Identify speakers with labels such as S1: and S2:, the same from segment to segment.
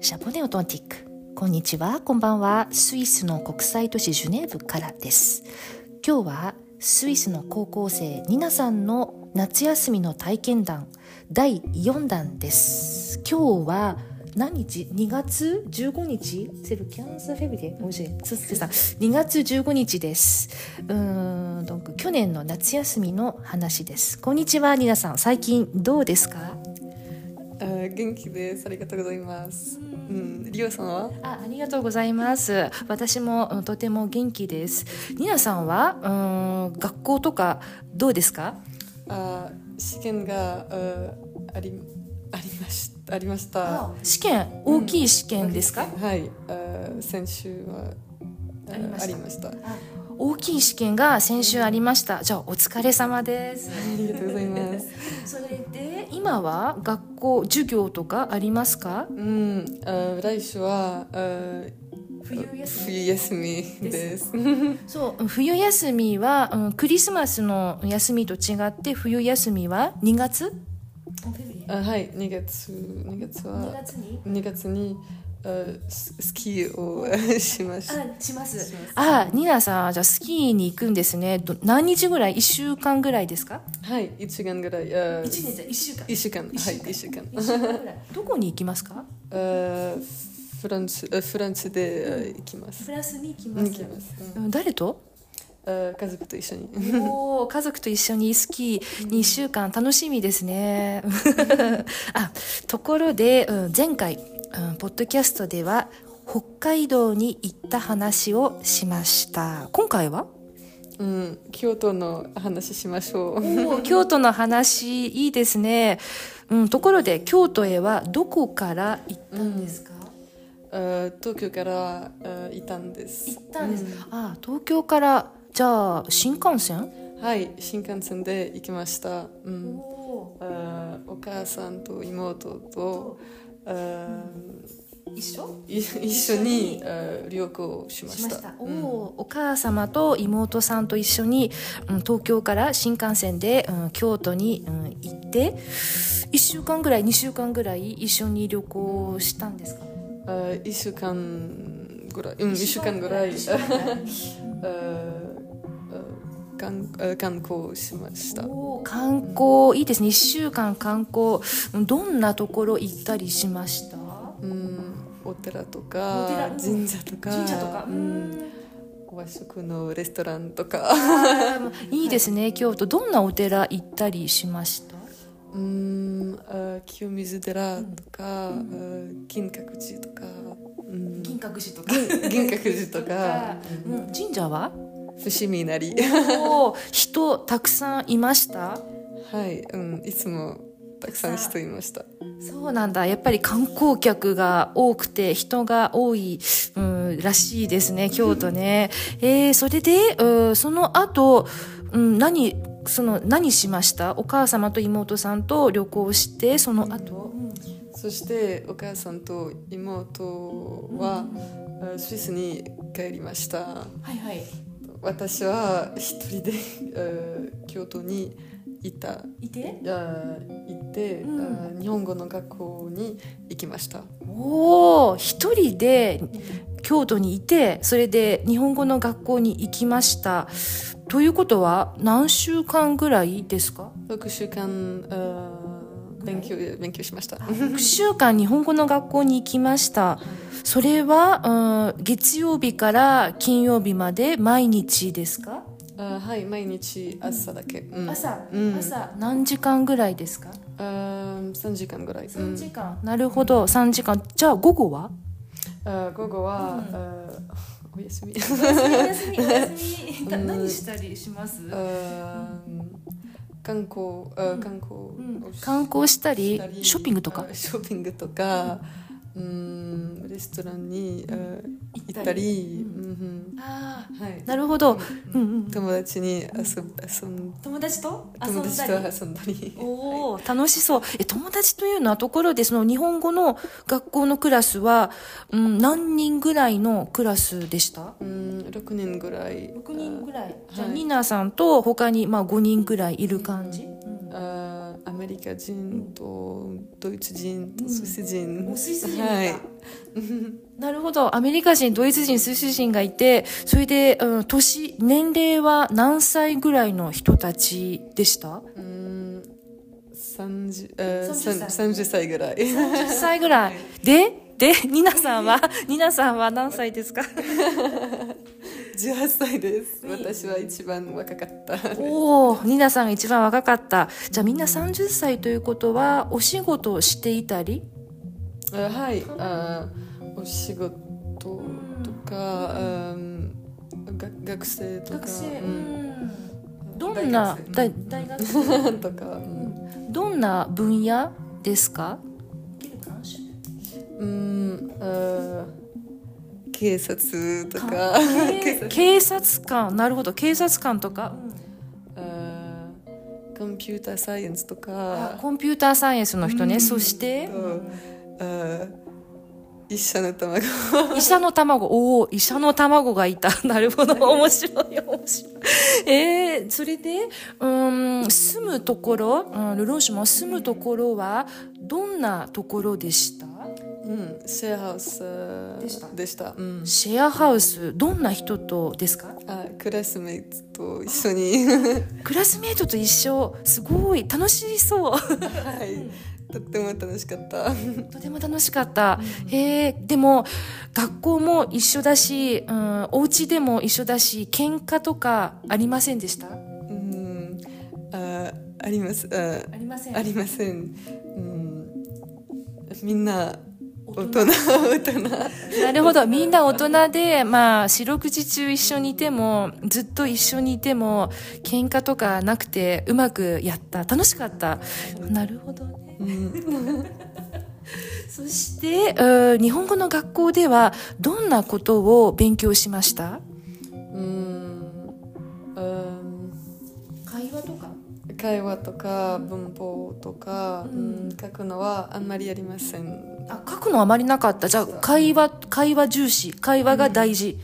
S1: シャボネオトンティック。こんにちは、こんばんは。スイスの国際都市ジュネーブからです。今日はスイスの高校生ニナさんの夏休みの体験談第4弾です。今日は何日 ?2 月15日セルキャンサーフェブリーおいしい。つつけさん。2月15日です。うーん、donc 去年の夏休みの話です。こんにちは、ニナさん。最近どうですか
S2: あー元気です。ありがとうございます。うん、リオさんは？
S1: あありがとうございます。私もうんとても元気です。ニナさんはうーん学校とかどうですか
S2: あー試験があーありありましありました。
S1: 試験、大きい試験ですか、
S2: はい。あー先週はー
S1: ありました
S2: ありました。あ
S1: 大きい試験が先週ありました。じゃあお疲れ様です。
S2: りがとうございます。
S1: それで今は学校授業とかありますか
S2: うん、あー来週はあー
S1: 冬
S2: 冬休みです。
S1: そううん冬休みは、うん、クリスマスの休みと違って冬休みは2月
S2: あはい、2月2月は
S1: 月に
S2: 2月にあーススキーを しました。
S1: あします
S2: します
S1: あニナさんじゃあスキーに行くんですねど何日ぐらい1週間ぐらいですか
S2: はい、1週間ぐらい。あー
S1: じゃ1週間
S2: 一週間、はい、一週間。
S1: 週間ぐらいどこに行きますか
S2: えーフランス、えーフランスでえー行きます。
S1: ラスに行き
S2: 行きます。
S1: うん誰と
S2: えー家族と一緒に。
S1: おー家族と一緒にスキー2週間楽しみですね。 あところで、うん前回、うんポッドキャストでは北海道に行った話をしました。今回は
S2: うん、京都の話しましょう。
S1: おー京都の話いいですね、うん。ところで京都へはどこから行ったんですか、
S2: えー東京からえーいたんです。
S1: 行ったんです、ああ東京からじゃあ新幹線
S2: はい、新幹線で行きました。うん、
S1: お
S2: えーお母さんと妹と。えー
S1: 一緒
S2: い 一緒にえー旅行をしま
S1: し
S2: し
S1: ま
S2: た。
S1: した。お
S2: うん
S1: おー、お母様と妹さんと一緒に、うん、東京から新幹線で、うん、京都に、うん、行って1週間ぐらい2週間ぐらい一緒に旅行したんですか
S2: えー一週間ぐらい。うん、一週間ぐらい。
S1: 一週間ぐらい
S2: えー観えー観光しました。
S1: おー観光いいですね1週間観光うんどんなところ行ったりしました
S2: うん、お寺と
S1: お寺
S2: か
S1: うん
S2: 神社とか
S1: 神社とか
S2: う
S1: うん
S2: ん、和食のレストランとか、
S1: あーいいですね京都どんなお寺行ったりしました
S2: うん、あ清水寺とか、あ金閣寺とか、うん、
S1: 閣寺とか
S2: 銀閣寺とか、
S1: うん、神社は
S2: 伏見稲荷
S1: おー人たくさんいました
S2: はい、うん、いつもたくさん人いました。
S1: そうなんだやっぱり観光客が多くて人が多い、うん、らしいですね京都ねえー、それで、うん、その後、うん、何その何しましたお母様と妹さんと旅行してその後、
S2: そしてお母さんと妹は、あスイスに帰りました。
S1: はいはい
S2: 私は一人で、 えー京都にいた
S1: いて
S2: いや行って、
S1: う
S2: あ日本語の学校に行きました
S1: おお一人で京都にいてそれで日本語の学校に行きましたということは何週間ぐらいですか
S2: 6週間あ勉強勉強しました
S1: 6週間日本語の学校に行きました。それは、うん、月曜日から金曜日まで毎日ですか、
S2: あはい毎日朝だけ、うんうん
S1: 朝、何時間ぐらいですか
S2: あ3時間ぐらい、うん
S1: 間。なるほど、3時間。じゃあ午後は
S2: あ午後は、あお休み
S1: 休み、休み。
S2: な何
S1: したりします
S2: あ観光あ観光をし
S1: 観光したり
S2: た、り
S1: ショッピングとか
S2: あ。ショッピングとかうんレストランにあ行ったりうん
S1: あ
S2: うんはい
S1: ーなるほど。うんうん。
S2: 友達に遊ぶ遊ん
S1: 友達と
S2: 友達と遊んだり
S1: おお、楽しそう。え、友達というのはところで、その日本語の学校のクラスは、うん、何人ぐらいのクラスでした
S2: うん6人ぐらい
S1: ぐらいじゃあ、
S2: はい
S1: ニーナさんと他に、まあ、5人ぐらいいる感じ、
S2: あーアメメリカ人とドイツ人とスイス人、
S1: もうスイス人が
S2: はい
S1: いたなるほど。アメリカ人、ドイツ人、スイス人がいて、それで、うん、年、年齢は何歳ぐらいの人たちで した
S2: うーん30えー
S1: 30歳
S2: さん30歳ぐらい
S1: ?10 歳ぐらい。で、で、ニナさんは、 ニナさんは何歳ですか
S2: 18歳です
S1: いい
S2: 私は一番若かった
S1: おお、ニナさんが一番若かった。じゃあみんな30歳ということは、お仕事をしていたり
S2: あ はいあお仕事とか、うん、学学生とかうん
S1: どんな、
S2: 大
S1: 大大
S2: 学
S1: 学
S2: 生 とか、うん
S1: どんな分野ですか
S2: うんあ警察とか
S1: 警 警察官、なるほど、警察官とか。
S2: あコンピューターサイエンスと
S1: あ
S2: か
S1: コンピューターサイエンスの人ね、そして
S2: うんあ一社の卵
S1: 医者の卵おお医者の卵がいた なるほど面白い面白いえー、それでうーん住むところ、うん、ルロンシュも住むところはどんなところでした
S2: うん、シェアハウスあ
S1: でした
S2: でした、うん、
S1: シェアハウスどんな人とですか
S2: あクラスメイトと一緒に
S1: クラスメイトと一緒すごい楽しそう
S2: はいとっても楽しかった
S1: とても楽しかった。へえ、でも、学校も一緒だし、うん、お家でも一緒だし、喧嘩とかありませんでしたあ
S2: うんあありますあ
S1: りませ
S2: ありません、うん、みんな大人大人
S1: なるほど。みんな大人で、まあ、四六時中一緒にいても、ずっと一緒にいても、喧嘩とかなくて、うまくやった。楽しかった。なるほどね。
S2: うん
S1: そして、うん日本語の学校では、どんなことを勉強しました
S2: うんうん
S1: 会話とか。
S2: 会話とか文法とか、うん書くのはあんまりやりません
S1: あ書くのあまりなかったじゃあ会話会話重視会話が大事、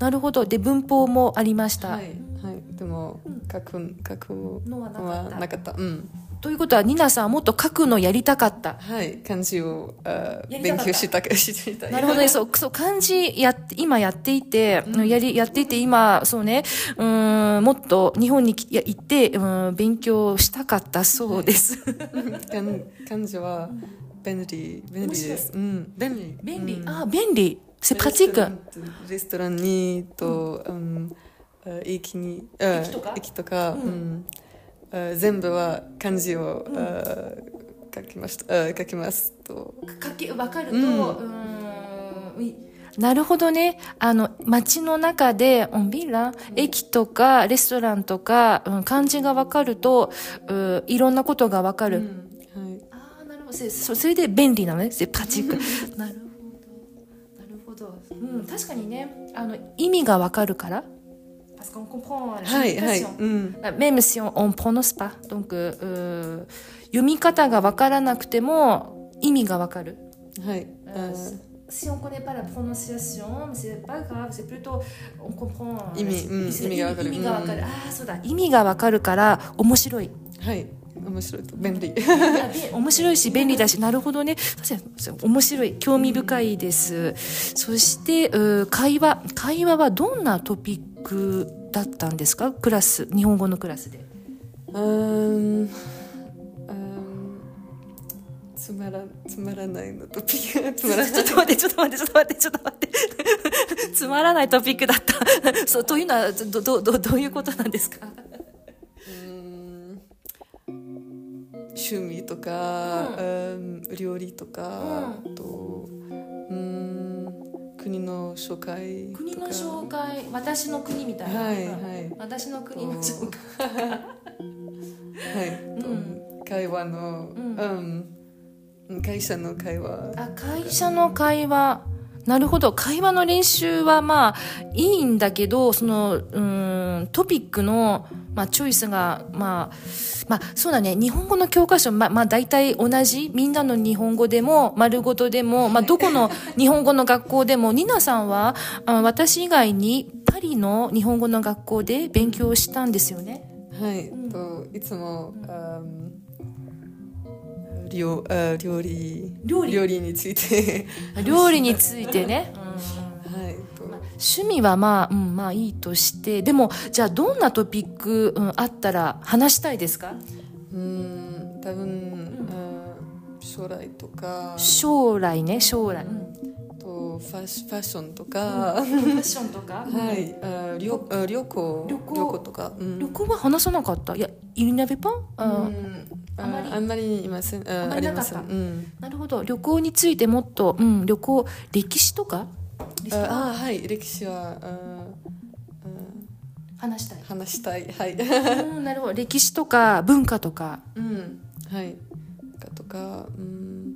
S1: なるほどで文法もありました、
S2: はい、はい、でも書く書く
S1: の
S2: の
S1: はな
S2: は
S1: かった
S2: なかったうん
S1: ということはニナさんはもっと書くのやりたかった
S2: はい、漢字をあ
S1: やりたかった
S2: 勉強した くしていたい。
S1: なるほどね そうそう漢字やって今やっていて、やりやっていて今そうねうーんもっと日本にきいや行ってうーん勉強したかったそうです、
S2: 漢漢字は便利便利です。うん、便利。
S1: 便
S2: う
S1: 利
S2: ん。
S1: あ便利セプラティック
S2: レストランにと、うん、あ駅に、あ
S1: 駅とか
S2: 駅とか、うん、あ全部は漢字を、あ書きました、あ書きますと。
S1: かけ分かると、う
S2: うん
S1: ーんいなるほどね。あの、街の中で、オンビラ、駅とか、レストランとか、うん、漢字が分かると、うんいろんなことが分かる。
S2: うん、はい。
S1: ああ、なるほど。せそそれで便利なのね。せパチック。なるほど。なるほど。うん、確かにね、あの、意味が分かるから。
S2: はいはい。うん。
S1: même si on on prononce pas. Donc, euh, 読み方が分からなくても、意味が分かる。
S2: はい。
S1: Euh,
S2: あ
S1: si on connaît pas la prononciation, c'est pas grave, c'est plutôt on comprend. euh,
S2: 意味うん
S1: c'est-
S2: 意味がわかる
S1: 意味がわかる。ああ、そうだ。意味がわかるから面白い。
S2: はい。面白いと便利。
S1: 面白いし便利だし、なるほどね。確かにそう面白い、興味深いです。そしてうー会話、会話はどんなトピックだったんですか？クラス、日本語のクラスで。
S2: うんうんつまらつまらないのとピー つ
S1: ちょ
S2: まら
S1: っと待って、ちょっと待って、ちょっと待って、ちょっと待って。 つまらないトピックだった。 そう、というのは、ど、ど、どどういうことなんですか
S2: うん趣味とか、うん料理とか、あとうん国の紹介とか
S1: 国の紹介私の国みたいな、
S2: はいはい
S1: 私の国の紹介
S2: はい、と
S1: うん
S2: 会話の、うん会社の会話
S1: あ会社の会話なるほど会話の練習はまあいいんだけどそのうーんトピックの、まあ、チョイスがまあまあそうだね日本語の教科書ままあ大体同じみんなの日本語でも丸ごとでも、まあ、どこの 日本語の学校でもニナさんはあ私以外にパリの日本語の学校で勉強したんですよね。
S2: はい、といつも、ありょあ料理
S1: 料理
S2: について
S1: 料理についてね、
S2: はいと
S1: 趣味はまあ、うん、まあいいとしてでもじゃあどんなトピック、うん、あったら話したいですか
S2: うん多分、あ将来とか
S1: 将来ね将来、
S2: とファッシファッションと
S1: フ
S2: か、
S1: ァッションとか、
S2: はいあ旅あ旅行
S1: 旅行
S2: とか、うん
S1: 旅行は話さなかったいやイルナベパン、う
S2: うんんあ
S1: あまり
S2: あんまりいませんあ
S1: あんま
S2: あ
S1: り
S2: り
S1: なか
S2: ま
S1: った
S2: せん、うん、
S1: なるほど旅行についてもっと、うん、旅行歴史とか
S2: ああはい歴史はああ
S1: 話したい、
S2: 話したいはい
S1: うん、なるほど歴史とか文化とか
S2: うん はいかとか、うん、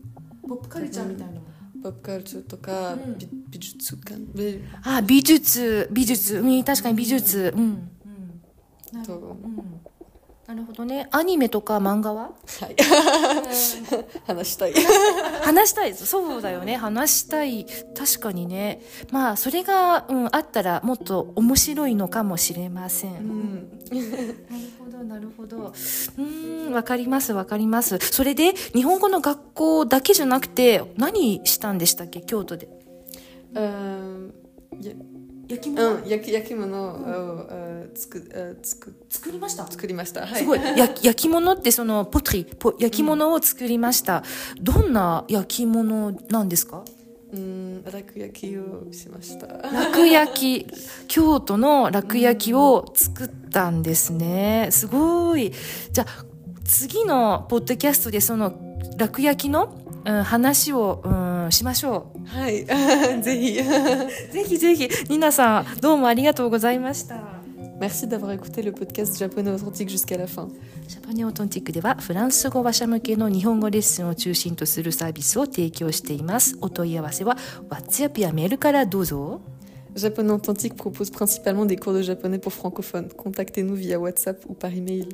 S1: ポップカ
S2: ルチャーみたい
S1: なの
S2: ポップカルチャーとか、
S1: うん
S2: 美美術館美
S1: あ美術美術うん確かに美術うん、うんなる
S2: と
S1: ほどうんなるほどねアニメとか漫画 は
S2: はい 話したい
S1: 話したいそうだよね話したい確かにねまあそれが、うん、あったらもっと面白いのかもしれません、
S2: うん
S1: なるほどなるほどうーんわかりますわかりますそれで日本語の学校だけじゃなくて何したんでしたっけ京都で
S2: うんや
S1: 焼き
S2: うん、焼き焼き物を、あ作あ作
S1: 作りました
S2: 作りました。はい、
S1: すごい焼き焼き物ってそのポトリポ焼き物を作りました、どんな焼き物なんですか
S2: うん、楽焼きをしました。
S1: 楽焼き京都の楽焼きを作ったんですねすごいじゃあ次のポッドキャストでその楽焼きの、うん、話を、うん、しましょう
S2: はい、ぜひ。
S1: ぜひぜひニナさんどうもありがとうございました
S2: Merci d'avoir écouté le podcast japonais authentique jusqu'à la fin.
S1: ジャパネオトンティックではフランス語話者向けの日本語レッスンを中心とするサービスを提供していますお問い合わせは WhatsApp やメールからどうぞ
S2: Japonais authentique propose principalement des cours de japonais pour francophones. Contactez-nous via WhatsApp ou par email.